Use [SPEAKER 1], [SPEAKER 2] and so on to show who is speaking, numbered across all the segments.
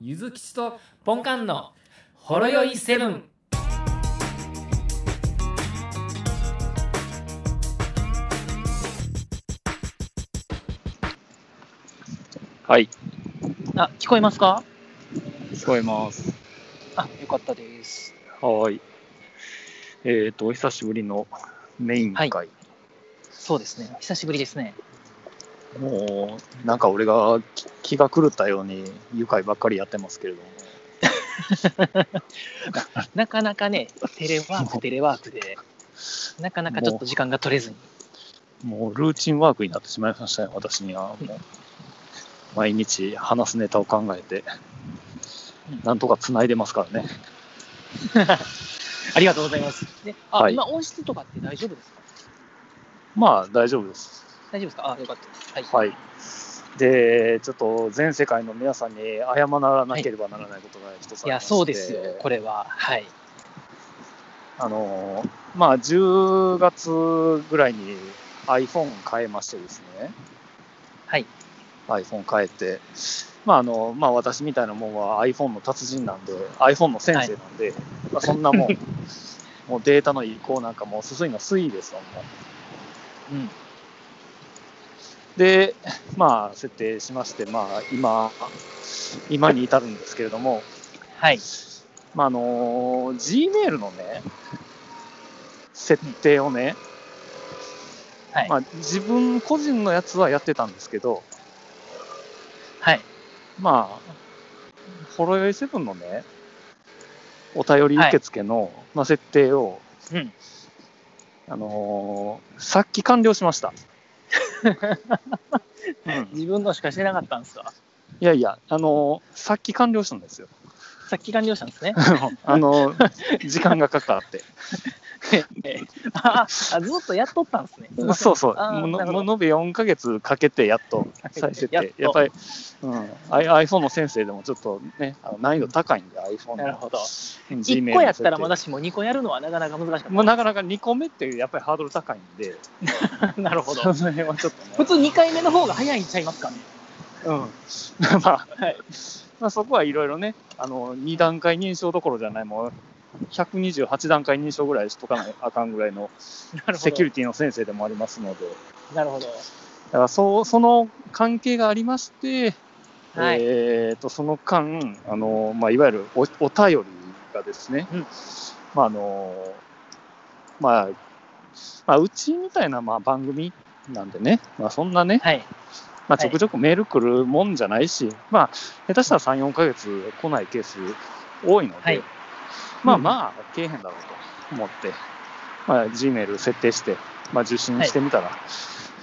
[SPEAKER 1] ゆずきちとポンカンのほろよいセブン。
[SPEAKER 2] はい、
[SPEAKER 3] あ、聞こえますか
[SPEAKER 2] 聞こえます。
[SPEAKER 3] あ、よかったです。
[SPEAKER 2] はーい。えっ、と、お久しぶりのメイン会。
[SPEAKER 3] はそうですね。久しぶりですね。
[SPEAKER 2] もう、なんか俺が気気が狂ったように、愉快ばっかりやってますけれども。
[SPEAKER 3] なかなかね、テレワー ク、テレワークで、なかなかちょっと時間が取れずに。
[SPEAKER 2] もう、ルーチンワークになってしまいましたね、私には。もう毎日話すネタを考えて
[SPEAKER 3] うん、
[SPEAKER 2] なんとか繋いでますからね。
[SPEAKER 3] ありがとうございます。であ、
[SPEAKER 2] はい
[SPEAKER 3] 今、音質とかって大丈夫ですか
[SPEAKER 2] まあ、大丈夫です。
[SPEAKER 3] 大丈夫ですかあ、よかったです。はい。
[SPEAKER 2] はい。で、ちょっと全世界の皆さんに謝らなければならないことが一つあ
[SPEAKER 3] い
[SPEAKER 2] りま
[SPEAKER 3] や、
[SPEAKER 2] して
[SPEAKER 3] そうですよ。これは。はい。
[SPEAKER 2] あのまあ、10月ぐらいに iPhone 変えましてですね、
[SPEAKER 3] はい。
[SPEAKER 2] iPhone 変えて、まああのまあ、私みたいなもんは iPhone の達人なんで、iPhone の先生なんで、まあ、そんなもん、 もうデータの移行なんかもう進いの推移ですわ、もう
[SPEAKER 3] うん。
[SPEAKER 2] で、まあ、設定しまして、まあ、今、今に至るんですけれども、
[SPEAKER 3] はい。
[SPEAKER 2] まあ、あの Gmail のね、設定をね、
[SPEAKER 3] はい
[SPEAKER 2] まあ、自分個人のやつはやってたんですけど、
[SPEAKER 3] はい。
[SPEAKER 2] まあ、ほろよいセブンのね、お便り受付の、まあ、設定を、
[SPEAKER 3] うん。
[SPEAKER 2] あのーさっき完了しま した。うん
[SPEAKER 3] 自分のしかしてなかったんですか
[SPEAKER 2] いやいや、あのーさっき完了したんですよ。
[SPEAKER 3] さっき完了したんですね。
[SPEAKER 2] あのー時間がかかって。
[SPEAKER 3] あ、あずっとやっとったんですね。すいません
[SPEAKER 2] そうそう、
[SPEAKER 3] あ
[SPEAKER 2] も
[SPEAKER 3] ーなる
[SPEAKER 2] の
[SPEAKER 3] ほど
[SPEAKER 2] ものべ4ヶ月かけてやっと再設定、
[SPEAKER 3] やっと
[SPEAKER 2] やっぱり、うん、I- iPhone の先生でもちょっとね、あの難易度高いんで、iPhone の
[SPEAKER 3] なるほど。
[SPEAKER 2] うん
[SPEAKER 3] 1
[SPEAKER 2] Gmail
[SPEAKER 3] 個やったらま
[SPEAKER 2] の
[SPEAKER 3] だしも2個やるのはなかなか難し
[SPEAKER 2] 設定、
[SPEAKER 3] か
[SPEAKER 2] まあ、
[SPEAKER 3] っ
[SPEAKER 2] なかなか2個目っていう、やっぱりハードル高いんで、
[SPEAKER 3] た。なるほ
[SPEAKER 2] そ
[SPEAKER 3] ど
[SPEAKER 2] の。辺はちょっとね、
[SPEAKER 3] 普通2回目の方が早いんちゃいますかね。
[SPEAKER 2] うん、 まあ、
[SPEAKER 3] はい。
[SPEAKER 2] まあ、そこはいろいろね、あの、2段階認証どころじゃない、もう、128段階認証ぐらいしとかないあかんぐらいの
[SPEAKER 3] なるほど。
[SPEAKER 2] セキュリティの先生でもありますので、
[SPEAKER 3] なるほど。
[SPEAKER 2] だからそうその関係がありまして、
[SPEAKER 3] はい。
[SPEAKER 2] えー、とその間あの、まあ、いわゆるおお便りがですね、
[SPEAKER 3] うん
[SPEAKER 2] まああのまあまあ、うちみたいなまあ番組なんでね、まあ、そんなね、
[SPEAKER 3] はい。
[SPEAKER 2] まあ、ちょくちょくメール来るもんじゃないし、まあ、下手したら3、4ヶ月来ないケース多いので、
[SPEAKER 3] はい
[SPEAKER 2] まあ
[SPEAKER 3] うん
[SPEAKER 2] まあ、来えへんだろうと思って、まあ、Gmail 設定して、まあ、受信してみたら、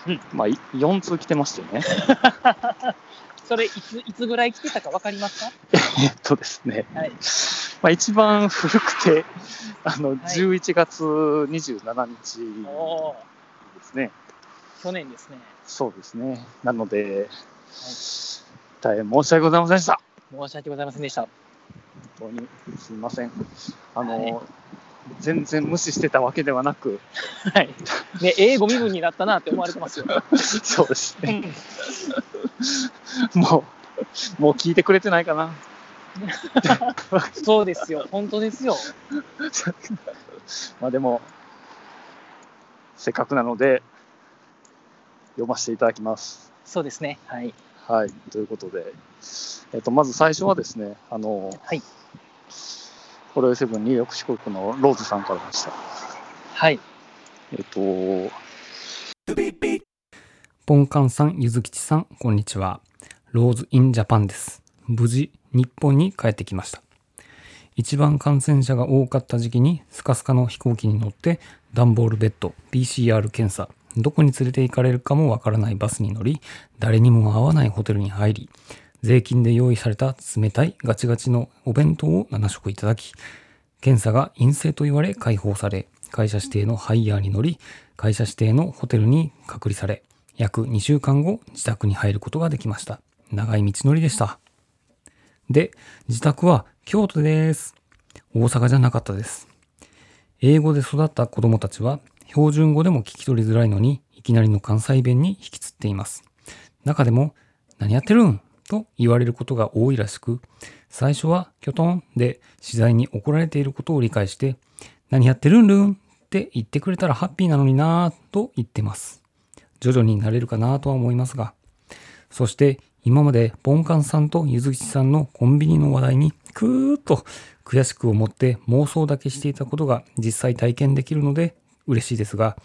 [SPEAKER 3] うん
[SPEAKER 2] まあ、い4通来てましてね、
[SPEAKER 3] それいつ、いつぐらい来てたかわかりますか
[SPEAKER 2] えっとですね、
[SPEAKER 3] はい。
[SPEAKER 2] まあ、一番古くて、 あの、
[SPEAKER 3] い
[SPEAKER 2] 11月27日
[SPEAKER 3] おおー、
[SPEAKER 2] ですね。
[SPEAKER 3] 去年ですね。
[SPEAKER 2] そうですね。なので、大変申し訳ございませんでした。
[SPEAKER 3] 申し訳ございませんでした。
[SPEAKER 2] 本当にすみません。あの、
[SPEAKER 3] は
[SPEAKER 2] 全然無視してたわけではなく、
[SPEAKER 3] はい。 ね、英語身分になったなって思われてますよ。
[SPEAKER 2] そうですね。 もう、もう聞いてくれてないかな。
[SPEAKER 3] そうですよ。本当ですよ。
[SPEAKER 2] まあでも、せっかくなので、読ませていただきます。
[SPEAKER 3] そうですね。はい。
[SPEAKER 2] はい、ということで、えっと、まず最初はですね、あの、
[SPEAKER 3] はい。
[SPEAKER 2] ホロヨセブンニューヨーク四国のローズさんからでした。
[SPEAKER 3] はい。
[SPEAKER 2] えっと、
[SPEAKER 1] ポンカンさん、ゆずきちさん、こんにちは。ローズインジャパンです。無事、日本に帰ってきました。一番感染者が多かった時期に、スカスカの飛行機に乗って、段ボールベッド、PCR 検査、どこに連れて行かれるかもわからないバスに乗り、誰にも会わないホテルに入り、税金で用意された冷たいガチガチのお弁当を7食いただき、検査が陰性と言われ解放され、会社指定のハイヤーに乗り、会社指定のホテルに隔離され、約2週間後、自宅に入ることができました。長い道のりでした。で、自宅は京都です。大阪じゃなかったです。英語で育った子供たちは、標準語でも聞き取りづらいのに、いきなりの関西弁に引きつっています。中でも、何やってるんと言われることが多いらしく、最初はキョトンで次第に怒られていることを理解して、何やってるんるんって言ってくれたらハッピーなのになぁと言ってます。徐々になれるかなぁとは思いますが。そして今までボンカンさんとゆずきちさんのコンビニの話題にクーッと悔しく思って妄想だけしていたことが実際体験できるので嬉しいですが、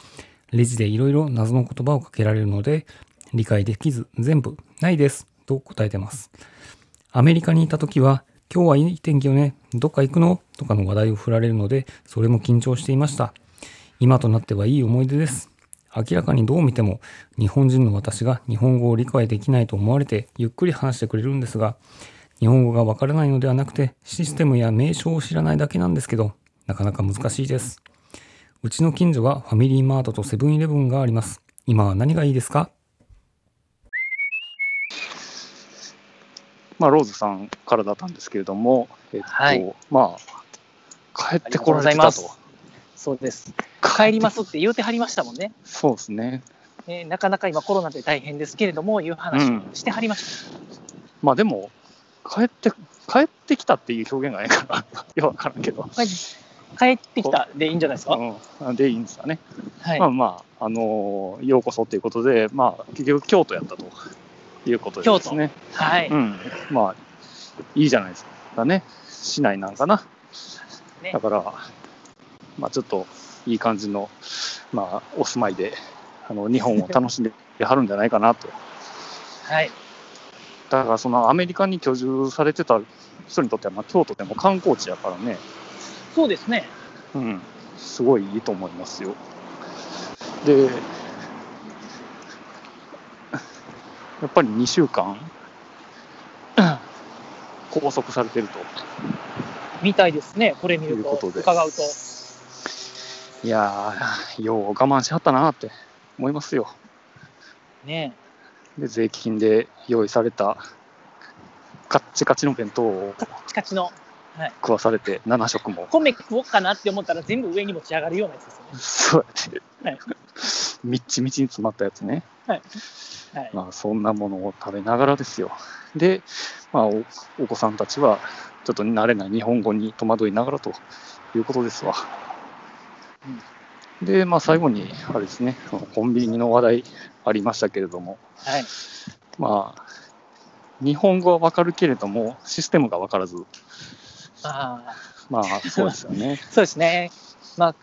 [SPEAKER 1] レジでいろいろ謎の言葉をかけられるので理解できず全部ないですと答えてます。アメリカにいた時は今日はいい天気よね、どっか行くのとかの話題を振られるのでそれも緊張していました。今となってはいい思い出です。明らかにどう見ても日本人の私が日本語を理解できないと思われてゆっくり話してくれるんですが、日本語がわからないのではなくてシステムや名称を知らないだけなんですけど、なかなか難しいです。うちの近所はファミリーマートとセブンイレブンがあります。今は何がいいですか
[SPEAKER 2] まあ、ローズさんからだったんですけれども、えっと、
[SPEAKER 3] はい
[SPEAKER 2] まあ、帰ってこられて
[SPEAKER 3] ありがとうございま
[SPEAKER 2] た
[SPEAKER 3] す
[SPEAKER 2] と。
[SPEAKER 3] そうです。帰りますって言うてはりましたもんね。
[SPEAKER 2] そうですね。
[SPEAKER 3] えーなかなか今コロナで大変ですけれども、いう話をしてはりました。
[SPEAKER 2] まあ、でも、帰って、帰ってきたっていう表現がないから、 よくわからんけど。
[SPEAKER 3] 帰帰ってきたでいいんじゃないですか。
[SPEAKER 2] うん、でいいんですかね。
[SPEAKER 3] はい
[SPEAKER 2] まあ。まあ、あのーようこそということで、まあ、結局京都やったということでですね。
[SPEAKER 3] はい。
[SPEAKER 2] うん。まあ、いいじゃないですかね。市内なんかな。
[SPEAKER 3] ね
[SPEAKER 2] だから、まあちょっといい感じの、まあ、お住まいで、あの、日本を楽しんではるんじゃないかなと。
[SPEAKER 3] はい。
[SPEAKER 2] だから、そのアメリカに居住されてた人にとっては、まあ、京都でも観光地やからね。
[SPEAKER 3] そうですね。
[SPEAKER 2] うん、すごいいいと思いますよ。で、やっぱり2週間、 拘束されてると
[SPEAKER 3] みたいですね。これ見
[SPEAKER 2] い
[SPEAKER 3] る、
[SPEAKER 2] うこととで。
[SPEAKER 3] 伺うと。
[SPEAKER 2] いやー、よう我慢しはったなーって思いますよ。
[SPEAKER 3] ね
[SPEAKER 2] で、税金で用意された、カッチカチの弁当を
[SPEAKER 3] カチカチの。
[SPEAKER 2] 食わされて、7食も。
[SPEAKER 3] 米食おうかなって思ったら全部上に持ち上がるようなやつですよ
[SPEAKER 2] そうや
[SPEAKER 3] は
[SPEAKER 2] っ
[SPEAKER 3] い
[SPEAKER 2] て、みっちみちに詰まったやつね。
[SPEAKER 3] ね。はい。
[SPEAKER 2] まあ、そんなものを食べながらですよ。で、まあ、おお子さんたちは、ちょっと慣れない日本語に戸惑いながらということですわ。で、まあ、最後に、あれですね、そのコンビニの話題ありましたけれども、
[SPEAKER 3] はい。
[SPEAKER 2] まあ、日本語はわかるけれども、システムがわからず、
[SPEAKER 3] ああ、
[SPEAKER 2] まあ、そうですよね。
[SPEAKER 3] そうですね。まあ、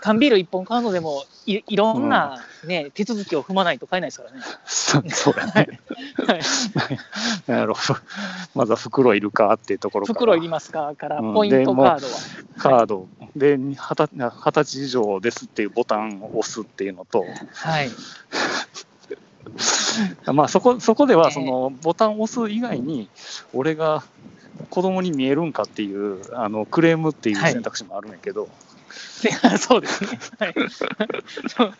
[SPEAKER 3] 缶ビール一本買うのでも、いいろんな、ね手続きを踏まないと買えないですからね。
[SPEAKER 2] そそうだね。
[SPEAKER 3] はい
[SPEAKER 2] なるほど。まずは袋いるかっていうところから。
[SPEAKER 3] 袋いりますかから、
[SPEAKER 2] うん
[SPEAKER 3] ポイント
[SPEAKER 2] でも
[SPEAKER 3] カードは。
[SPEAKER 2] カードでに二十二十歳以上ですっていうボタンを押すっていうのと、
[SPEAKER 3] はい。
[SPEAKER 2] まあ、そこそこで
[SPEAKER 3] え
[SPEAKER 2] は
[SPEAKER 3] え
[SPEAKER 2] そのボタンを押す以外に、俺が子供に見えるんかっていうあのクレームっていう
[SPEAKER 3] はい
[SPEAKER 2] 選択肢もあるんやけど、
[SPEAKER 3] でそうですね。はい。そう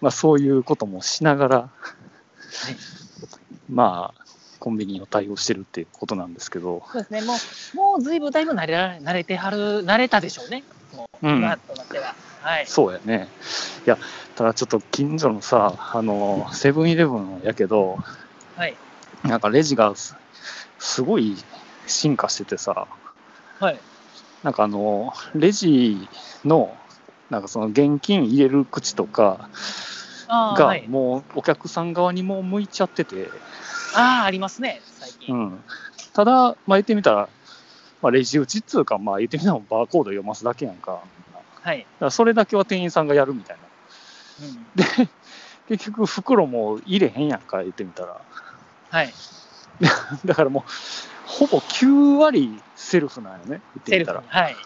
[SPEAKER 2] まあ、そういうこともしながら、まあ、コンビニの対応してるっていうことなんですけど、
[SPEAKER 3] そうですね。もう、もうずいぶんだいぶ慣れら慣れてはる、慣れたでしょうね。もう、
[SPEAKER 2] う
[SPEAKER 3] うんん、となっては。はい。
[SPEAKER 2] そうやね。いや、ただちょっと近所のさ、あのセブンイレブンやけど、
[SPEAKER 3] はい。
[SPEAKER 2] なんかレジがすすごい進化しててさ、
[SPEAKER 3] はい。
[SPEAKER 2] なんかあの、レジの、なんかその現金入れる口とか
[SPEAKER 3] ああ、は
[SPEAKER 2] が
[SPEAKER 3] い。
[SPEAKER 2] もうお客さん側にもう向いちゃってて、
[SPEAKER 3] ああ、ありますね、最
[SPEAKER 2] う
[SPEAKER 3] 近。
[SPEAKER 2] ん。ただ、まあ言ってみたら、まあレジ打ちっつうか、まあ言ってみたらバーコード読ますだけやんか。だか
[SPEAKER 3] はい。
[SPEAKER 2] らそれだけは店員さんがやるみたいな。
[SPEAKER 3] うん、
[SPEAKER 2] 結局袋も入れへんやんか、言ってみたら。
[SPEAKER 3] はい。
[SPEAKER 2] だからもう、ほぼ9割セルフなんよね、言って
[SPEAKER 3] セ
[SPEAKER 2] み
[SPEAKER 3] ル
[SPEAKER 2] た
[SPEAKER 3] フ
[SPEAKER 2] ら
[SPEAKER 3] に。。はい。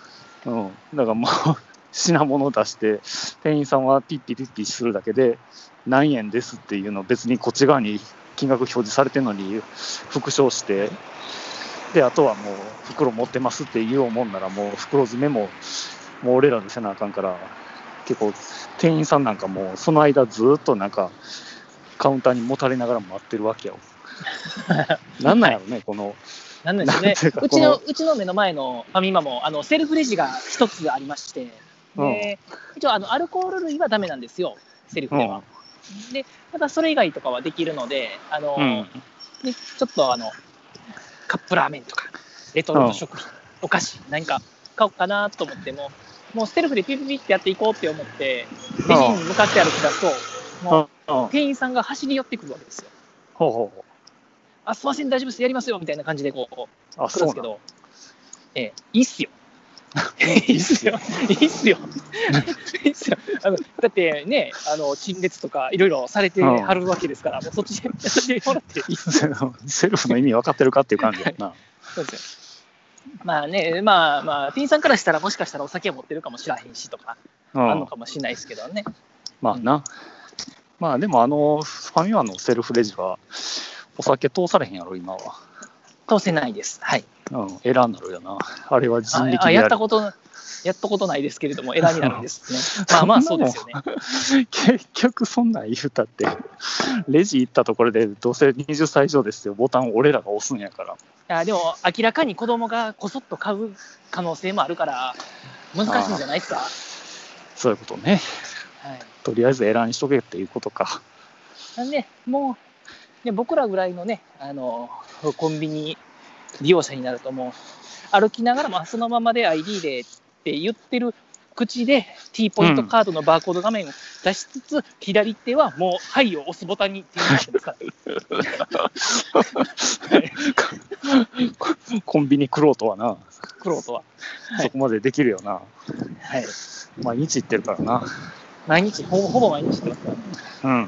[SPEAKER 2] うん、だからもう 品物を出して店員さんはピッピピッピするだけで何円ですっていうのを別にこっち側に金額表示されてるのに復唱してであとはもう袋持ってますって言おうもんならもう袋詰めももう俺らでせなあかんから結構店員さんなんかもうその間ずっとなんかカウンターにもたれながら待ってるわけよ。なんなんやろねこの
[SPEAKER 3] なんでしょうね
[SPEAKER 2] なんていうか。
[SPEAKER 3] うちの、
[SPEAKER 2] こ
[SPEAKER 3] うちの目の前のファミマも、あの、セルフレジが一つありまして、で、一応、あの、アルコール類はダメなんですよ、セルフでは。で、またそれ以外とかはできるので、あの、
[SPEAKER 2] うん
[SPEAKER 3] ね、ちょっとあの、カップラーメンとか、レトルト食品、お菓子、何か買おうかなと思っても、もうセルフでピピピってやっていこうって思って、レジに向かって歩き出すと、もう
[SPEAKER 2] ほう
[SPEAKER 3] 店員さんが走り寄ってくるわけですよ。
[SPEAKER 2] ほうほ
[SPEAKER 3] あ、すいません、大丈夫です、やりますよ、みたいな感じでこう、
[SPEAKER 2] う。あ、
[SPEAKER 3] 来
[SPEAKER 2] そ
[SPEAKER 3] るんです
[SPEAKER 2] う
[SPEAKER 3] け
[SPEAKER 2] なの
[SPEAKER 3] ど、ええいい っすよ。いいっすよ。いいっすよ。いいっすよ。あのだってね、あの陳列とかいろいろされてはるわけですから、 もうそっちでやってもらっていいっす
[SPEAKER 2] セルフの意味分かってるかっていう感じや な。
[SPEAKER 3] よ。まあね、まあまあ、店員さんからしたら、もしかしたらお酒を持ってるかもしらへんしとか、あ
[SPEAKER 2] う
[SPEAKER 3] るの
[SPEAKER 2] ん
[SPEAKER 3] かもしれないですけどね。
[SPEAKER 2] まあな。まあでもあの、ファミマのセルフレジは、お酒通されへんやろ、今は。
[SPEAKER 3] 通せないです。はい。
[SPEAKER 2] うん、エラーになるよな。あれは人
[SPEAKER 3] あ
[SPEAKER 2] 力
[SPEAKER 3] あ
[SPEAKER 2] で
[SPEAKER 3] や
[SPEAKER 2] や
[SPEAKER 3] った
[SPEAKER 2] る。
[SPEAKER 3] こと、やったことないですけれども、エラーになるんですね。まあまあ、そうですよね。
[SPEAKER 2] 結局そんなん言うたって、レジ行ったところで、どうせ20歳以上ですよ、ボタンを俺らが押すんやから。
[SPEAKER 3] いやでも明らかに子供がこそっと買う可能性もあるから難しいんじゃないですか、
[SPEAKER 2] そういうことね。
[SPEAKER 3] はい、
[SPEAKER 2] とりあえずエラーにしとけっていうことか。
[SPEAKER 3] なんでもうね僕らぐらいのねあのコンビニ利用者になるともう歩きながらもあそのままで ID でって言ってる口で T ポイントカードのバーコード画面を出しつつ、左手はもう「はい」を押すボタンに手になってますから
[SPEAKER 2] コンビニ来ろうとはな、
[SPEAKER 3] クロートは、はい
[SPEAKER 2] そこまでできるよな。
[SPEAKER 3] はい、
[SPEAKER 2] 毎日行ってるからな。
[SPEAKER 3] 毎日ほぼほぼ毎日してますから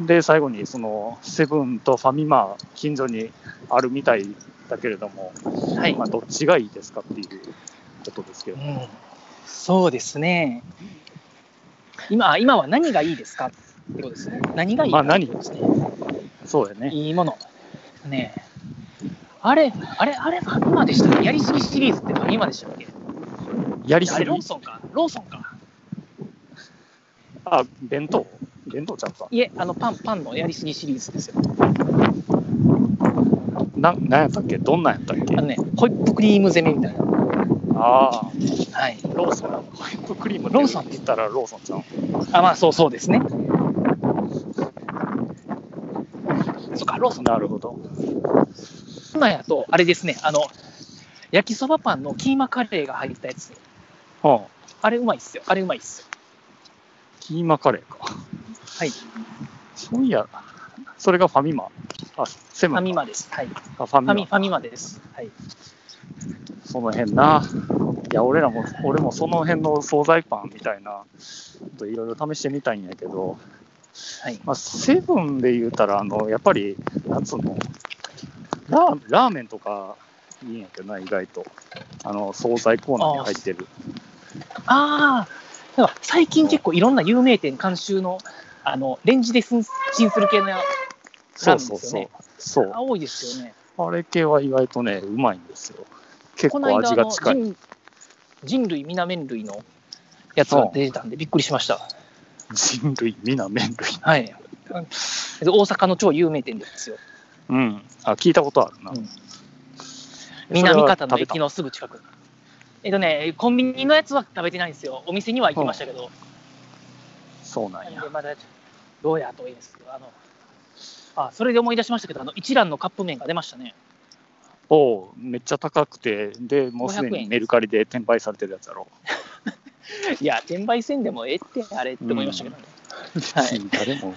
[SPEAKER 2] うん。で、最後に、その、セブンとファミマ、近所にあるみたいだけれども、
[SPEAKER 3] はい
[SPEAKER 2] まあ、どっちがいいですかっていうことですけど、
[SPEAKER 3] うんそうですね。今、あ今は何がいいですかってことですね。何がいい
[SPEAKER 2] まあ
[SPEAKER 3] か
[SPEAKER 2] 何
[SPEAKER 3] ってことです
[SPEAKER 2] そうや
[SPEAKER 3] ね。
[SPEAKER 2] ね。
[SPEAKER 3] いいもの。ねえあれ、あれ、あれ、ファミマでしたっけやりすぎシリーズってファミマでしたっけ
[SPEAKER 2] やり
[SPEAKER 3] あ
[SPEAKER 2] す
[SPEAKER 3] れ、
[SPEAKER 2] ぎ
[SPEAKER 3] ロー。ソンか。ローソンか。
[SPEAKER 2] あ、弁当弁当ちゃうか。
[SPEAKER 3] いえ、あの、パン、パンのやりすぎシリーズですよ。
[SPEAKER 2] な、なんやったっけどんなんやったっけ
[SPEAKER 3] あのね、ホイップクリーム攻めみたいな。
[SPEAKER 2] ああ、
[SPEAKER 3] はい。
[SPEAKER 2] ローソン。ホイップクリーム
[SPEAKER 3] ローソン
[SPEAKER 2] って言ったらローソンちゃう。
[SPEAKER 3] あ、まあ、そうそうですね。そっか、ローソン
[SPEAKER 2] なるほど。
[SPEAKER 3] 今やと、あれですね、あの、焼きそばパンのキーマカレーが入ったやつ。
[SPEAKER 2] はあ、
[SPEAKER 3] あれうまいっすよ。あれうまいっすよ。
[SPEAKER 2] キーマカレーか。
[SPEAKER 3] はい。
[SPEAKER 2] そういや、それがファミマ。あ、セブン
[SPEAKER 3] ファ
[SPEAKER 2] か。
[SPEAKER 3] ミマです。はい。フ
[SPEAKER 2] あファミ
[SPEAKER 3] ァ
[SPEAKER 2] マ
[SPEAKER 3] ミ、ファミマです。はい。
[SPEAKER 2] その辺な。いや、俺らも、俺もその辺の惣菜パンみたいな、ちょっといろいろ試してみたいんやけど、
[SPEAKER 3] はい。
[SPEAKER 2] まあ、セブンで言うたら、あの、やっぱり、なんつうの、ラーラーメンとかいいんやけどな、意外と。あの、惣菜コーナーに入ってる。
[SPEAKER 3] ああ、なんか最近結構いろんな有名店監修の、あの、レンジですチンする系のや
[SPEAKER 2] そうそう
[SPEAKER 3] ラー
[SPEAKER 2] そ
[SPEAKER 3] メン
[SPEAKER 2] う
[SPEAKER 3] で。
[SPEAKER 2] そう。
[SPEAKER 3] 多いですよね。
[SPEAKER 2] あれ系は意外とね、うまいんですよ。結構
[SPEAKER 3] この間
[SPEAKER 2] 味
[SPEAKER 3] あ
[SPEAKER 2] が
[SPEAKER 3] の
[SPEAKER 2] 近い。
[SPEAKER 3] 人人類、皆麺類のやつが出てたんでびっくりしました。
[SPEAKER 2] 人類、皆麺類。
[SPEAKER 3] はい。で大阪の超有名店ですよ。
[SPEAKER 2] うん。あ、聞いたことあるな。
[SPEAKER 3] うん南
[SPEAKER 2] 南
[SPEAKER 3] 方の駅のすぐ近く。えっとね、コンビニのやつは食べてないんですよ。お店には行きましたけど。
[SPEAKER 2] そうなん
[SPEAKER 3] な
[SPEAKER 2] や
[SPEAKER 3] んで。まだどうやといいですけどあのあそれで思い出しましたけどあの一蘭のカップ麺が出ましたね
[SPEAKER 2] おうめっちゃ高くて、で、もうすで
[SPEAKER 3] 500円
[SPEAKER 2] にメルカリで転売されてるやつやろ。
[SPEAKER 3] いや転売せんでもええってあれって思いましたけどね、
[SPEAKER 2] 別に 誰も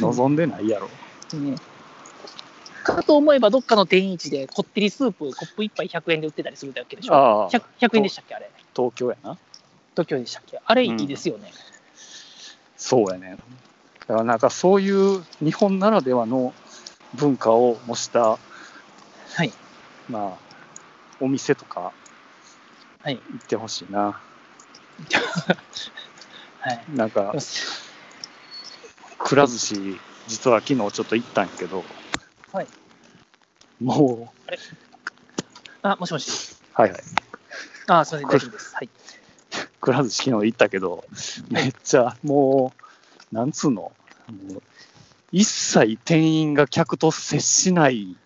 [SPEAKER 2] 望んでない やろ。
[SPEAKER 3] ねかと思えばどっかの店員市でこってりスープコップ一杯100円で売ってたりするだけでしょ
[SPEAKER 2] ああ、
[SPEAKER 3] 100, 100円でしたっけあれ
[SPEAKER 2] 東京やな。
[SPEAKER 3] 東京でしたっけあれい
[SPEAKER 2] うん
[SPEAKER 3] いですよね、
[SPEAKER 2] そうやね。だからなんかそういう日本ならではの文化を模した、
[SPEAKER 3] はい
[SPEAKER 2] まあ、お店とか
[SPEAKER 3] はい
[SPEAKER 2] 行ってほしいな。
[SPEAKER 3] はい
[SPEAKER 2] なんか
[SPEAKER 3] でも、す
[SPEAKER 2] くら寿司、実は昨日ちょっと行ったんやけど、
[SPEAKER 3] はい
[SPEAKER 2] もう、
[SPEAKER 3] あもしもし
[SPEAKER 2] はいはい、
[SPEAKER 3] あすみません大丈夫ですはい
[SPEAKER 2] くら寿司昨日行ったけど、めっちゃもう、なんつうの、もう一切店員が客と接しない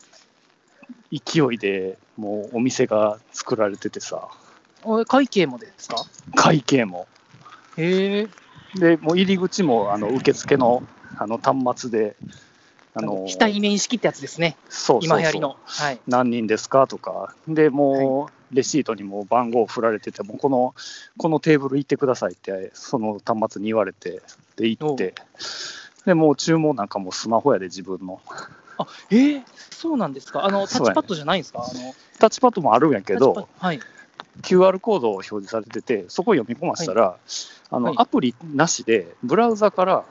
[SPEAKER 2] 勢いでもうお店が作られててさ、
[SPEAKER 3] お会計もですか
[SPEAKER 2] 会計も。
[SPEAKER 3] へえ
[SPEAKER 2] で、もう入り口もあの受付のあの端末であの
[SPEAKER 3] 非対面式ってやつですね、
[SPEAKER 2] そうそうそう
[SPEAKER 3] 今流行りの。はい、
[SPEAKER 2] 何人ですかとか、でもうレシートにも番号振られてて、もうこのこのテーブル行ってくださいって、その端末に言われて、で行って、でもう注文なんかもスマホやで、自分の。
[SPEAKER 3] あえー、そうなんですか、あのタ
[SPEAKER 2] そう
[SPEAKER 3] ッ
[SPEAKER 2] や
[SPEAKER 3] チ
[SPEAKER 2] ね
[SPEAKER 3] パッドじゃないんですか、あの
[SPEAKER 2] タッチパッドもあるんやけ
[SPEAKER 3] タッ
[SPEAKER 2] ど
[SPEAKER 3] チ、パッドはい、
[SPEAKER 2] QR コードを表示されてて、そこを読み込ませたら、あの
[SPEAKER 3] はい
[SPEAKER 2] アプリなしで、ブラウザから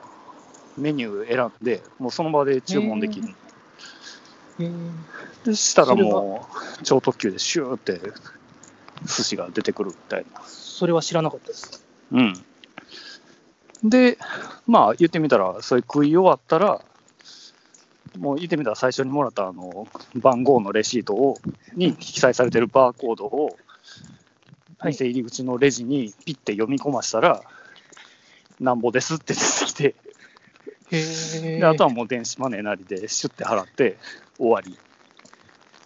[SPEAKER 2] メニュー選んで、もうその場で注文できる。
[SPEAKER 3] えー
[SPEAKER 2] でしたら
[SPEAKER 3] それは
[SPEAKER 2] もう超特急でシューって寿司が出てくるみたいな。
[SPEAKER 3] それは知らなかったです。
[SPEAKER 2] うん、でまあ言ってみたらそれ食い終わったらもう言ってみたら最初にもらったあの番号のレシートをに記載されてるバーコードを
[SPEAKER 3] はい
[SPEAKER 2] 店入り口のレジにピッて読み込ましたら、なんぼですって出てきて
[SPEAKER 3] へ
[SPEAKER 2] であとはもう電子マネーなりでシュッて払って終わり、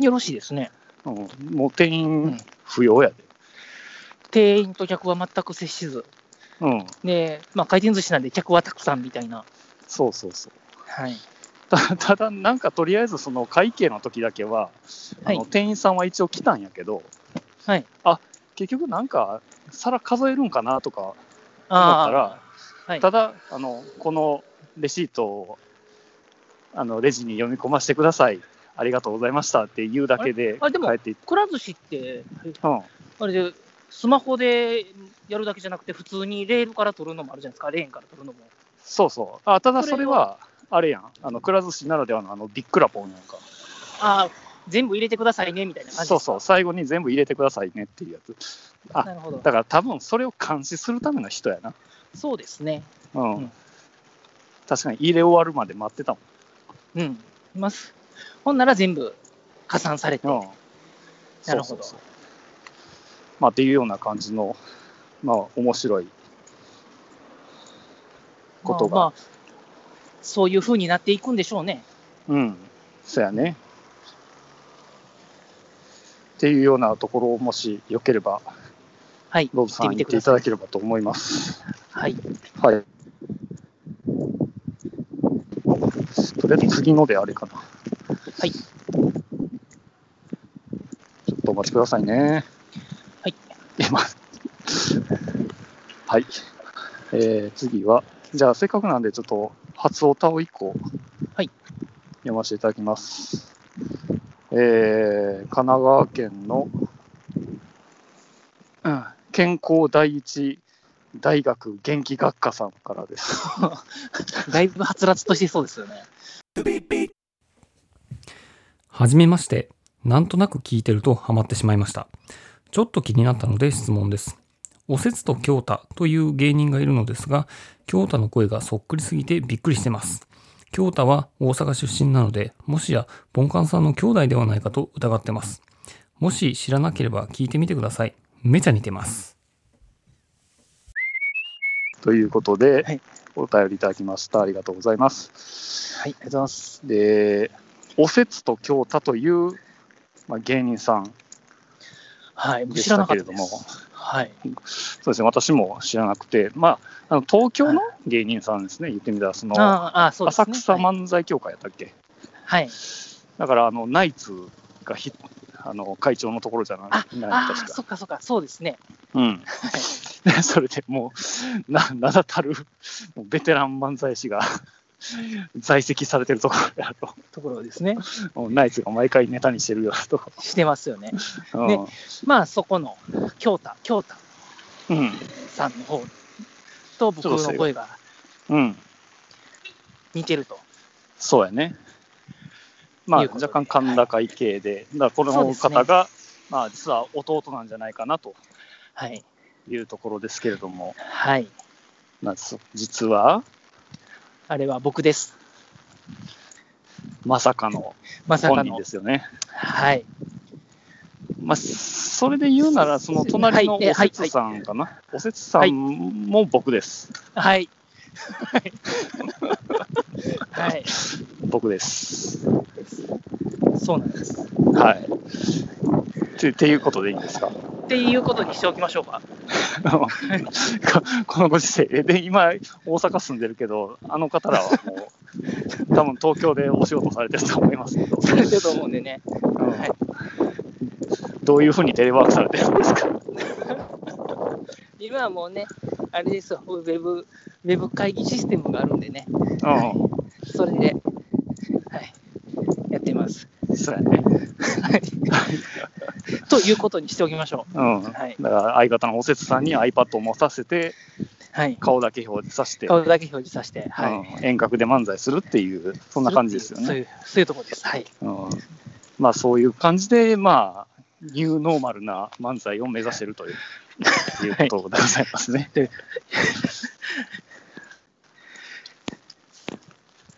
[SPEAKER 3] よろしいですね。
[SPEAKER 2] うん、もう店
[SPEAKER 3] うん
[SPEAKER 2] 員不要やで、
[SPEAKER 3] 店員と客は全く接しず、
[SPEAKER 2] うん、
[SPEAKER 3] で、まあ、回転寿司なんで客はたくさんみたいな。
[SPEAKER 2] そうそうそう
[SPEAKER 3] はい。
[SPEAKER 2] たただ、なんかとりあえずその会計の時だけは、あ
[SPEAKER 3] は
[SPEAKER 2] の
[SPEAKER 3] い
[SPEAKER 2] 店員さんは一応来たんやけど、
[SPEAKER 3] はい
[SPEAKER 2] あ結局なんか皿数えるんかなとか、
[SPEAKER 3] あ
[SPEAKER 2] ら
[SPEAKER 3] はい
[SPEAKER 2] ただあのこのレシートをあのレジに読み込ませてくださいありがとうございましたって言うだけで
[SPEAKER 3] あ
[SPEAKER 2] 帰
[SPEAKER 3] れでも
[SPEAKER 2] っていっ
[SPEAKER 3] くら寿司って、
[SPEAKER 2] た、うん、
[SPEAKER 3] あれで、スマホでやるだけじゃなくて、普通にレールから取るのもあるじゃないですか、レーンから取るのも。
[SPEAKER 2] そうそうあただ
[SPEAKER 3] それ
[SPEAKER 2] それ
[SPEAKER 3] は
[SPEAKER 2] はあれやんあのくら寿司ならではのあのビックラポンやんか
[SPEAKER 3] ああ、全部入れてくださいねみたいな感じ
[SPEAKER 2] そうそう最後に全部入れてくださいねっていうやつあ
[SPEAKER 3] なるほど。
[SPEAKER 2] だから多分それを監視するための人やな
[SPEAKER 3] そうですね。
[SPEAKER 2] うん
[SPEAKER 3] うん
[SPEAKER 2] 確かに入れ終わるまで待ってたも
[SPEAKER 3] うん。います。ほんなら全部加算されて。
[SPEAKER 2] ん。うん、
[SPEAKER 3] なるほど
[SPEAKER 2] そうそうそうまあ、っていうような感じの、まあ、面白いことが。
[SPEAKER 3] まあまあそういう風になっていくんでしょうね。
[SPEAKER 2] うん。そやね。っていうようなところをもしよければ、
[SPEAKER 3] はい。
[SPEAKER 2] ロブさん
[SPEAKER 3] 行
[SPEAKER 2] に行
[SPEAKER 3] ってみて
[SPEAKER 2] っ
[SPEAKER 3] く
[SPEAKER 2] て
[SPEAKER 3] だ
[SPEAKER 2] い
[SPEAKER 3] さ
[SPEAKER 2] ただ
[SPEAKER 3] い
[SPEAKER 2] ければと思います。
[SPEAKER 3] はい。
[SPEAKER 2] はい。とりあえず次のであれかな。
[SPEAKER 3] はい
[SPEAKER 2] ちょっとお待ちくださいね。
[SPEAKER 3] はい。
[SPEAKER 2] 今。はい。えー、次は、じゃあせっかくなんでちょっと初おたを一個。
[SPEAKER 3] はい。
[SPEAKER 2] 読ませていただきます。えー、神奈川県の、うん、健康第一大学元気学科さんから です。
[SPEAKER 3] だいぶはつらつとしてそうですよね。
[SPEAKER 1] はじめまして。なんとなく聞いてるとハマってしまいました。ちょっと気になったので質問です。おせつと京太という芸人がいるのですが、京太の声がそっくりすぎてびっくりしてます。京太は大阪出身なので、もしやボンカンさんの兄弟ではないかと疑ってます。もし知らなければ聞いてみてください。めちゃ似てます。
[SPEAKER 2] ということで、
[SPEAKER 3] はい
[SPEAKER 2] お便りいただきました。ありがとうございます。
[SPEAKER 3] はい、ありがとうございます。
[SPEAKER 2] で、おせつと京太という、まあ、芸人さん
[SPEAKER 3] はい、
[SPEAKER 2] でし
[SPEAKER 3] 知らな
[SPEAKER 2] た
[SPEAKER 3] か
[SPEAKER 2] け
[SPEAKER 3] っ
[SPEAKER 2] れ
[SPEAKER 3] た
[SPEAKER 2] ど
[SPEAKER 3] で
[SPEAKER 2] も、
[SPEAKER 3] す。はい。
[SPEAKER 2] そうですね、私も知らなくて、まあ、あの東京の芸人さんですね、言ってみたら、その、
[SPEAKER 3] ああ、ああそうですね。
[SPEAKER 2] 浅草漫才協会やったっけ、
[SPEAKER 3] はい。
[SPEAKER 2] だから、あの、ナイツがひあの会長のところじゃない
[SPEAKER 3] あ
[SPEAKER 2] ない
[SPEAKER 3] ああ、
[SPEAKER 2] 確か
[SPEAKER 3] そ。っかそっか、そうですね。
[SPEAKER 2] うん、でそれでもうな名だたるもうベテラン漫才師が在籍されてるところやと
[SPEAKER 3] ところですね。
[SPEAKER 2] もうナイツが毎回ネタにしてるよと、
[SPEAKER 3] してますよね。
[SPEAKER 2] うん
[SPEAKER 3] ねまあ、そこの京太、京太
[SPEAKER 2] うん
[SPEAKER 3] さんの方と僕の声が
[SPEAKER 2] うん、
[SPEAKER 3] 似てると。
[SPEAKER 2] そうやねまあ
[SPEAKER 3] いうことで
[SPEAKER 2] 若干甲高い系で、だからこ
[SPEAKER 3] そうで
[SPEAKER 2] の
[SPEAKER 3] すね
[SPEAKER 2] 方が、まあ、実は弟なんじゃないかなと
[SPEAKER 3] はい。
[SPEAKER 2] いうところですけれども、
[SPEAKER 3] はい。
[SPEAKER 2] まあ、そ実は
[SPEAKER 3] あれは僕です。
[SPEAKER 2] まさかの
[SPEAKER 3] まさか
[SPEAKER 2] 本人
[SPEAKER 3] の
[SPEAKER 2] で。すよね。
[SPEAKER 3] はい。
[SPEAKER 2] まあ、それで言うなら、その隣の
[SPEAKER 3] はいえ
[SPEAKER 2] お
[SPEAKER 3] はい
[SPEAKER 2] せつさんかな、おせつさんも僕です。
[SPEAKER 3] はい。はい。
[SPEAKER 2] 僕です。
[SPEAKER 3] そうなんです。
[SPEAKER 2] はい。てていうことでいいんですか
[SPEAKER 3] っていうことにしておきましょうか。
[SPEAKER 2] ここのご時世で今大阪住んでるけどあの方らはもう多分東京でお仕事されてると思いますけど、
[SPEAKER 3] されてると思うんでね。
[SPEAKER 2] うん
[SPEAKER 3] はい
[SPEAKER 2] どういうふうにテレワークされてるんですか
[SPEAKER 3] 今はもうね、あれですよ、ウェブ、ウェブ会議システムがあるんでね、
[SPEAKER 2] う
[SPEAKER 3] それで、はい、やってます。
[SPEAKER 2] ん、そうやね。
[SPEAKER 3] ということにしておきましょう。
[SPEAKER 2] うん。だ
[SPEAKER 3] はい。
[SPEAKER 2] から相方のおせつさんに iPad を持たせて、
[SPEAKER 3] はい。
[SPEAKER 2] 顔だけ表示させて、
[SPEAKER 3] 顔だけ表示させて、はい。
[SPEAKER 2] うん遠隔で漫才するっていう、そんな感じですよ
[SPEAKER 3] そう
[SPEAKER 2] ね。
[SPEAKER 3] いう、そういうところです。はい。
[SPEAKER 2] うん、まあそういう感じで、まあ、ニューノーマルな漫才を目指してるという いうことでございますね。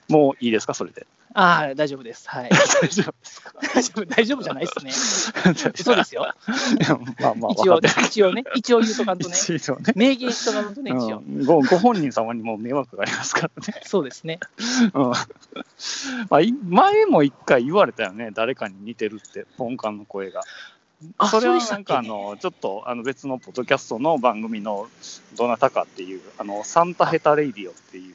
[SPEAKER 2] もういいですか、それで。
[SPEAKER 3] ああ、大丈夫です。 はい。
[SPEAKER 2] 大丈夫ですか。
[SPEAKER 3] 大丈夫、大丈夫じゃないです ね。嘘ですよ。
[SPEAKER 2] まあまあ、
[SPEAKER 3] 一
[SPEAKER 2] 分
[SPEAKER 3] 応
[SPEAKER 2] かっ、
[SPEAKER 3] 一応ね、一応言うとかん
[SPEAKER 2] て
[SPEAKER 3] と
[SPEAKER 2] る
[SPEAKER 3] ね、
[SPEAKER 2] 一応ね。
[SPEAKER 3] 明言しとかんとね、一応。
[SPEAKER 2] うんごご本人様にも迷惑があります からね。
[SPEAKER 3] そうですね。
[SPEAKER 2] うんまあ、い前も一回言われたよね、誰かに似てるって、ポンカンの声が。
[SPEAKER 3] あ
[SPEAKER 2] それは
[SPEAKER 3] そうでした
[SPEAKER 2] な
[SPEAKER 3] っ
[SPEAKER 2] ん
[SPEAKER 3] け
[SPEAKER 2] かあの、ちょっとあの別のポッドキャストの番組のどなたかっていう、あのサンタヘタレイディオっていう、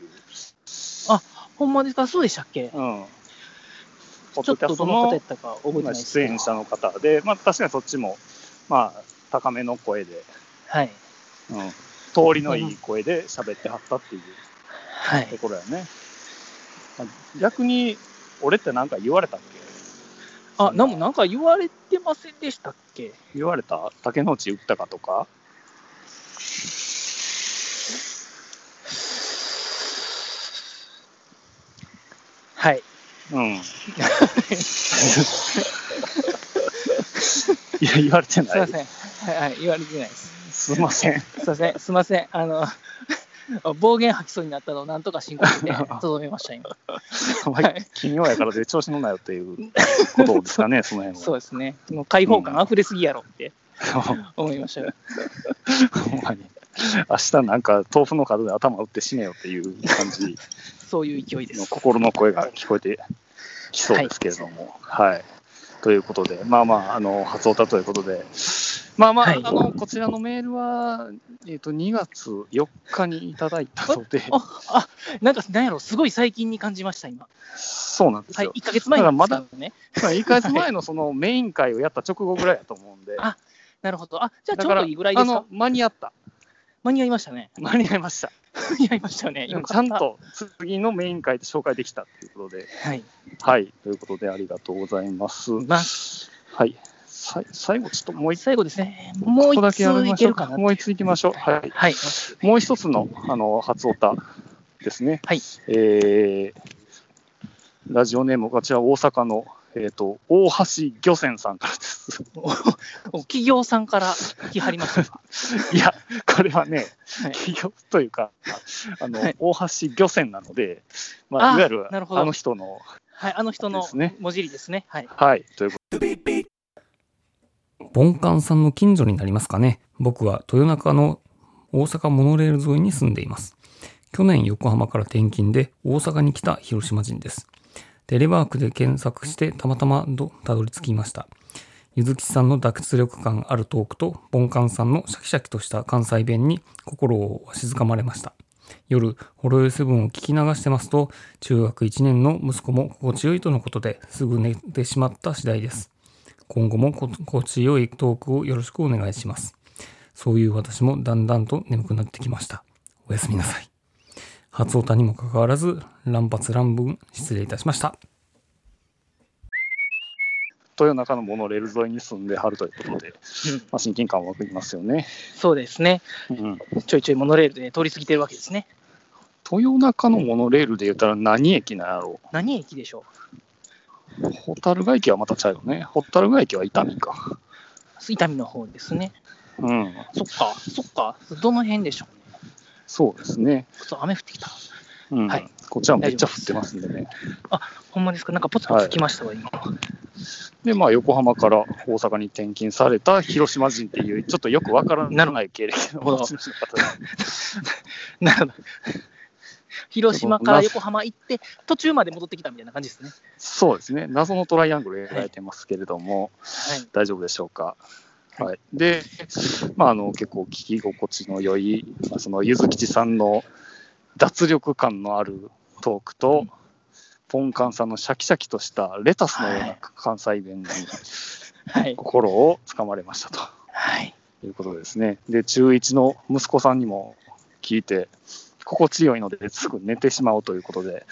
[SPEAKER 3] ほんまですかそうでしたっけち
[SPEAKER 2] うん、ポッ
[SPEAKER 3] ょ
[SPEAKER 2] ド
[SPEAKER 3] っ
[SPEAKER 2] キャ
[SPEAKER 3] と
[SPEAKER 2] スト
[SPEAKER 3] どの方や
[SPEAKER 2] の
[SPEAKER 3] っ、たか覚えて
[SPEAKER 2] ま
[SPEAKER 3] ない
[SPEAKER 2] あ、
[SPEAKER 3] です
[SPEAKER 2] 出
[SPEAKER 3] けど
[SPEAKER 2] 演者の方で、まあ、確かにそっちも、まあ、高めの声で、
[SPEAKER 3] はい。
[SPEAKER 2] うん、通りのいい声で喋ってはったっていう
[SPEAKER 3] はい
[SPEAKER 2] と。ころやね。まあ逆に、俺ってなんか言われたっけ
[SPEAKER 3] あ、なんもなんか言われてませんでしたっけ
[SPEAKER 2] 言われた竹之内打ったかとか
[SPEAKER 3] はい。
[SPEAKER 2] うん。いや、言われて
[SPEAKER 3] すい
[SPEAKER 2] な
[SPEAKER 3] ま
[SPEAKER 2] い。
[SPEAKER 3] せん。はい、はい、言われてないです。
[SPEAKER 2] すいません。
[SPEAKER 3] すいません。すいません。あの、 暴言吐きそうになったのをなんとか申告して、とどめました、今。
[SPEAKER 2] お
[SPEAKER 3] は
[SPEAKER 2] 前、
[SPEAKER 3] い。
[SPEAKER 2] 金曜やからで調子乗んなよって いうことですかね、その辺
[SPEAKER 3] そ
[SPEAKER 2] は。
[SPEAKER 3] うですね。もう開放感溢れすぎやろって
[SPEAKER 2] ほん
[SPEAKER 3] 思いましたよ。
[SPEAKER 2] まに。明日なんか豆腐の角で頭打って死ねよっていう感じ
[SPEAKER 3] そういう勢いで
[SPEAKER 2] の
[SPEAKER 3] す。
[SPEAKER 2] 心の声が聞こえてきそうですけれども。はい。ということで、まあまあ、あの、初オタということで、まあまあ、
[SPEAKER 3] はい
[SPEAKER 2] あの、こちらのメールは、えっ、と、2月4日にいただいたので、
[SPEAKER 3] あ、あ、なんか、なんやろ、すごい最近に感じました、今。
[SPEAKER 2] そうなんです
[SPEAKER 3] はい、
[SPEAKER 2] よ。
[SPEAKER 3] 1ヶ月前に、
[SPEAKER 2] だから
[SPEAKER 3] ね。
[SPEAKER 2] まあ、1ヶ月前のそのメイン会をやった直後ぐらいやと思うんで、
[SPEAKER 3] あなるほど。あ、じゃあ
[SPEAKER 2] だ
[SPEAKER 3] ちょ
[SPEAKER 2] か
[SPEAKER 3] う
[SPEAKER 2] ら
[SPEAKER 3] どいいぐらいで
[SPEAKER 2] あ
[SPEAKER 3] すか
[SPEAKER 2] の間に合った、
[SPEAKER 3] 間に合いましたね。
[SPEAKER 2] 間に合いました、
[SPEAKER 3] 間に合いましたね。
[SPEAKER 2] ちゃ
[SPEAKER 3] よかった
[SPEAKER 2] ん。と次のメイン会で紹介できたということで、
[SPEAKER 3] はい。
[SPEAKER 2] はい、ということでありがとうございます。
[SPEAKER 3] まあ、
[SPEAKER 2] はい、さい最後、ちょっともう一
[SPEAKER 3] 最後ですね。もう
[SPEAKER 2] 個だ
[SPEAKER 3] 一
[SPEAKER 2] けや
[SPEAKER 3] 通
[SPEAKER 2] め
[SPEAKER 3] い
[SPEAKER 2] まし
[SPEAKER 3] け
[SPEAKER 2] ょう
[SPEAKER 3] るか
[SPEAKER 2] か、
[SPEAKER 3] な。
[SPEAKER 2] もう一ついきましょう、はい、
[SPEAKER 3] はい。
[SPEAKER 2] もう一つのあの初オタですね、
[SPEAKER 3] はい。
[SPEAKER 2] えー、ラジオネーム、こちら大阪の、えー、と大橋漁船さんからです。
[SPEAKER 3] お企業さんから来はりましたか。
[SPEAKER 2] いや、これはね、
[SPEAKER 3] はい
[SPEAKER 2] 企業というか、あの、
[SPEAKER 3] はい
[SPEAKER 2] 大橋漁船なので、まあ、
[SPEAKER 3] あ
[SPEAKER 2] いわゆる
[SPEAKER 3] なるほど
[SPEAKER 2] あの人の、
[SPEAKER 3] はい。あの人の
[SPEAKER 2] ですね
[SPEAKER 3] 文字りですね。はい。
[SPEAKER 2] はい、というこ
[SPEAKER 1] ボンカンさんの近所になりますかね。僕は豊中の大阪モノレール沿いに住んでいます。去年横浜から転勤で大阪に来た広島人です。テレワークで検索してたまたまどたどり着きました。ゆずきさんの脱力感あるトークと、ボンカンさんのシャキシャキとした関西弁に心をわしづかまれました。夜、ホロヨイセブンを聞き流してますと、中学1年の息子も心地よいとのことですぐ寝てしまった次第です。今後もこ心地よいトークをよろしくお願いします。そういう私もだんだんと眠くなってきました。おやすみなさい。初オタにもかかわらず、乱発乱文失礼いたしました。
[SPEAKER 2] と、豊中のモノレール沿いに住んではるということで、まあ、親近感湧きますよね。
[SPEAKER 3] そうですね。
[SPEAKER 2] うん、
[SPEAKER 3] ちょいちょいモノレールで通り過ぎてるわけですね。
[SPEAKER 2] 豊中のモノレールで言ったら何駅なんやろ
[SPEAKER 3] 何駅でしょ
[SPEAKER 2] う。蛍ヶ駅はまたちゃうよね。蛍ヶ駅は伊丹か。
[SPEAKER 3] う伊丹の方ですね。
[SPEAKER 2] うん、
[SPEAKER 3] そっか、そっか。どの辺でしょうね。
[SPEAKER 2] そうですね。
[SPEAKER 3] ちょっと雨降ってきた。
[SPEAKER 2] うん
[SPEAKER 3] はい
[SPEAKER 2] こっちはめっちゃ降ってますんでね。
[SPEAKER 3] ほんまですかなんかポツポツ来ましたわ、今。
[SPEAKER 2] で、まあ、横浜から大阪に転勤された広島人っていう、ちょっとよくわからない経歴の持ち主の方で
[SPEAKER 3] なるほど。広島から横浜行って、途中まで戻ってきたみたいな感じですね。
[SPEAKER 2] そうですね、謎のトライアングル描いてますけれども、
[SPEAKER 3] はい。
[SPEAKER 2] 大丈夫でしょうか。
[SPEAKER 3] はい
[SPEAKER 2] はい、で、まあ、あの結構聞き心地の良い、まあそのゆずきちさんの脱力感のあるトークと、ポンカンさんのシャキシャキとしたレタスのような関西弁に
[SPEAKER 3] はい。
[SPEAKER 2] 心をつかまれましたと
[SPEAKER 3] はい。
[SPEAKER 2] いうことですね。で、中1の息子さんにも聞いて、心地よいのですぐ寝てしまうということで、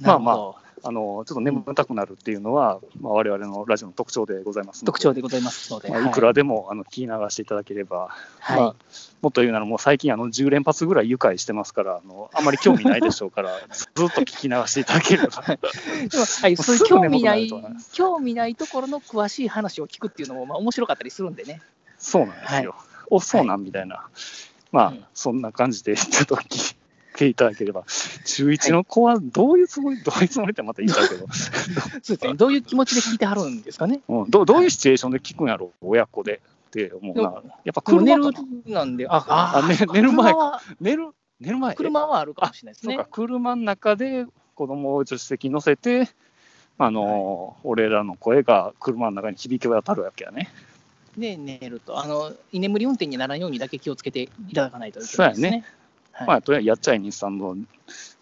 [SPEAKER 2] まあまあ
[SPEAKER 3] なるほど
[SPEAKER 2] あのちょっと眠たくなるっていうのは、まあ、我々のラジオの特徴でございますので
[SPEAKER 3] 特徴でございますので。
[SPEAKER 2] まあ、いくらでも、あの聞き流していただければ、
[SPEAKER 3] はい。
[SPEAKER 2] まあ
[SPEAKER 3] は
[SPEAKER 2] もっと言うなら、もう最近あの10連発ぐらい愉快してますから、あのあまり興味ないでしょうから、 ずずっと聞き流していただければ、
[SPEAKER 3] い、でも、はい、そう
[SPEAKER 2] す
[SPEAKER 3] いう
[SPEAKER 2] ぐ
[SPEAKER 3] 興
[SPEAKER 2] 眠
[SPEAKER 3] 味
[SPEAKER 2] くな
[SPEAKER 3] な
[SPEAKER 2] る
[SPEAKER 3] い
[SPEAKER 2] と思いま、
[SPEAKER 3] 興味ないところの詳しい話を聞くっていうのも、まあ、面白かったりするんでね。
[SPEAKER 2] そうなんですよ、おそうなんみたいな、まあ、
[SPEAKER 3] うん
[SPEAKER 2] そんな感じでちょっと聞いていただければ、中1の子はどういうつもり、どういうつもりってまた言いたいけど、
[SPEAKER 3] そうですね。どういう気持ちで聞いてはるんですかね。
[SPEAKER 2] うん、どうどういうシチュエーションで聞くんやろう、親子でって思う
[SPEAKER 3] で
[SPEAKER 2] な
[SPEAKER 3] も、
[SPEAKER 2] やっぱ
[SPEAKER 3] 寝
[SPEAKER 2] 車
[SPEAKER 3] る
[SPEAKER 2] かな
[SPEAKER 3] なんで、あ、あ
[SPEAKER 2] あね寝る前
[SPEAKER 3] 車は、
[SPEAKER 2] 寝る寝る前
[SPEAKER 3] 車はあるかもしれないです
[SPEAKER 2] そう
[SPEAKER 3] ね
[SPEAKER 2] か。車の中で子供を助手席に乗せて、あのー俺らの声が車の中に響き渡るわけやね。
[SPEAKER 3] で、寝ると。あの、居眠り運転にならないようにだけ気をつけていただかないといけないですね。はい
[SPEAKER 2] まあ、とりあえずやっちゃい日産の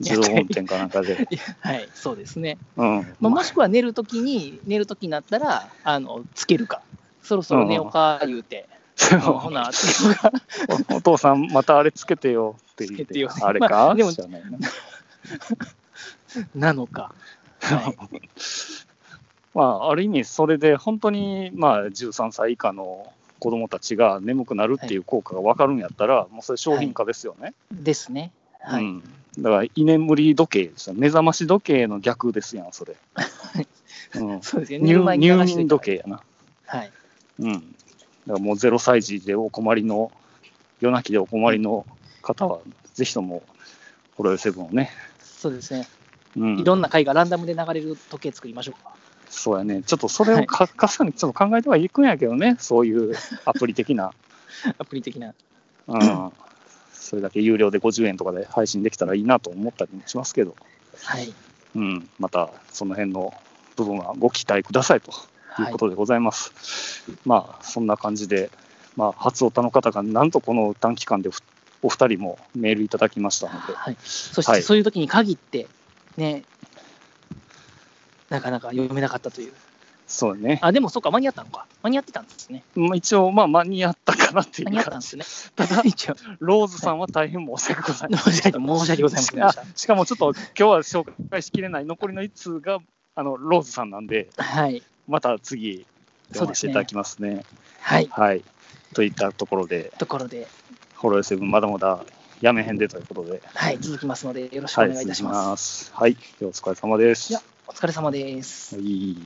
[SPEAKER 2] 自動運転かなんかで。
[SPEAKER 3] はい、そうですね。
[SPEAKER 2] うん
[SPEAKER 3] まあ、もしくは寝るときに、寝るときになったら、あの、つけるか。そろそろ寝ようか、言うて。
[SPEAKER 2] で
[SPEAKER 3] あ
[SPEAKER 2] も
[SPEAKER 3] ほな、つけようか。
[SPEAKER 2] おお父さん、またあれつけてよって言っ
[SPEAKER 3] つけて
[SPEAKER 2] て
[SPEAKER 3] よ、
[SPEAKER 2] あれか、
[SPEAKER 3] まあ でも
[SPEAKER 2] 知らないな
[SPEAKER 3] なのか。 はい。
[SPEAKER 2] まあ、ある意味、それで本当に、まあ、13歳以下の子供たちが眠くなるっていう効果が分かるんやったら、もうそれ商品化ですよね。
[SPEAKER 3] ですね。は
[SPEAKER 2] う
[SPEAKER 3] い。
[SPEAKER 2] ん、だから居眠り時計ですよ目覚まし時計の逆ですやんそれ、うん、
[SPEAKER 3] そうですね。寝
[SPEAKER 2] 入
[SPEAKER 3] る前に流
[SPEAKER 2] 入
[SPEAKER 3] して
[SPEAKER 2] 眠時計やな、
[SPEAKER 3] はい。
[SPEAKER 2] うん、だからもう0歳児でお困りの夜泣きでお困りの方は、ぜひともホロヨセブンをね、
[SPEAKER 3] そうですね。
[SPEAKER 2] うん、
[SPEAKER 3] いろんな回がランダムで流れる時計作りましょうか。
[SPEAKER 2] そうやねちょっとそれをかかさにちょっと考えてはいくんやけどねそういうアプリ的な、
[SPEAKER 3] アプリ的な。
[SPEAKER 2] うん、それだけ有料で50円とかで配信できたらいいなと思ったりもしますけど、
[SPEAKER 3] はい。
[SPEAKER 2] うん、またその辺の部分はご期待くださいと。とい
[SPEAKER 3] は
[SPEAKER 2] う
[SPEAKER 3] い
[SPEAKER 2] こ。とでございます。まあ、そんな感じで、まあ、初オタの方が、なんとこの短期間でふお二人もメールいただきましたので、
[SPEAKER 3] はい、そし
[SPEAKER 2] は
[SPEAKER 3] て
[SPEAKER 2] い
[SPEAKER 3] そういう時に限って、ね、なかなか読めなかったという。
[SPEAKER 2] そうね。
[SPEAKER 3] あ、でもそうか、間に合ったのか。間に合ってたんですね。
[SPEAKER 2] まあ一応、まあ、間に合ったかなってい
[SPEAKER 3] 間に合
[SPEAKER 2] う
[SPEAKER 3] ったん
[SPEAKER 2] 感
[SPEAKER 3] で
[SPEAKER 2] じ。
[SPEAKER 3] す ね。
[SPEAKER 2] ただ、
[SPEAKER 3] 一応、
[SPEAKER 2] ローズさんは大変申し訳ございませ
[SPEAKER 3] 申
[SPEAKER 2] ん。
[SPEAKER 3] し訳申し訳ございませんでした。
[SPEAKER 2] しかもちょっと今日は紹介しきれない残りの1通があのローズさんなんで
[SPEAKER 3] はい。
[SPEAKER 2] また次読ませていただきますね。
[SPEAKER 3] はい。
[SPEAKER 2] はい、といったところで
[SPEAKER 3] ところで、
[SPEAKER 2] 「ホロヨセブンまだまだやめへんで」ということで
[SPEAKER 3] はい、続きますので、よろしくお
[SPEAKER 2] はい、
[SPEAKER 3] 願いいたします。
[SPEAKER 2] 失礼す。はい、お疲れ様です。
[SPEAKER 3] いやお疲れ様で
[SPEAKER 2] は
[SPEAKER 3] す。
[SPEAKER 2] い、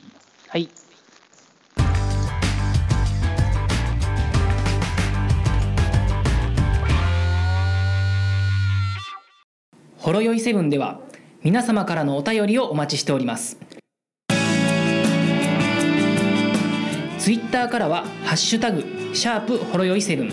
[SPEAKER 3] はい。
[SPEAKER 4] ほろよいセブンでは皆様からのお便りをお待ちしておりますツイッターからは「ハッシュタグシャープほろよいセブン」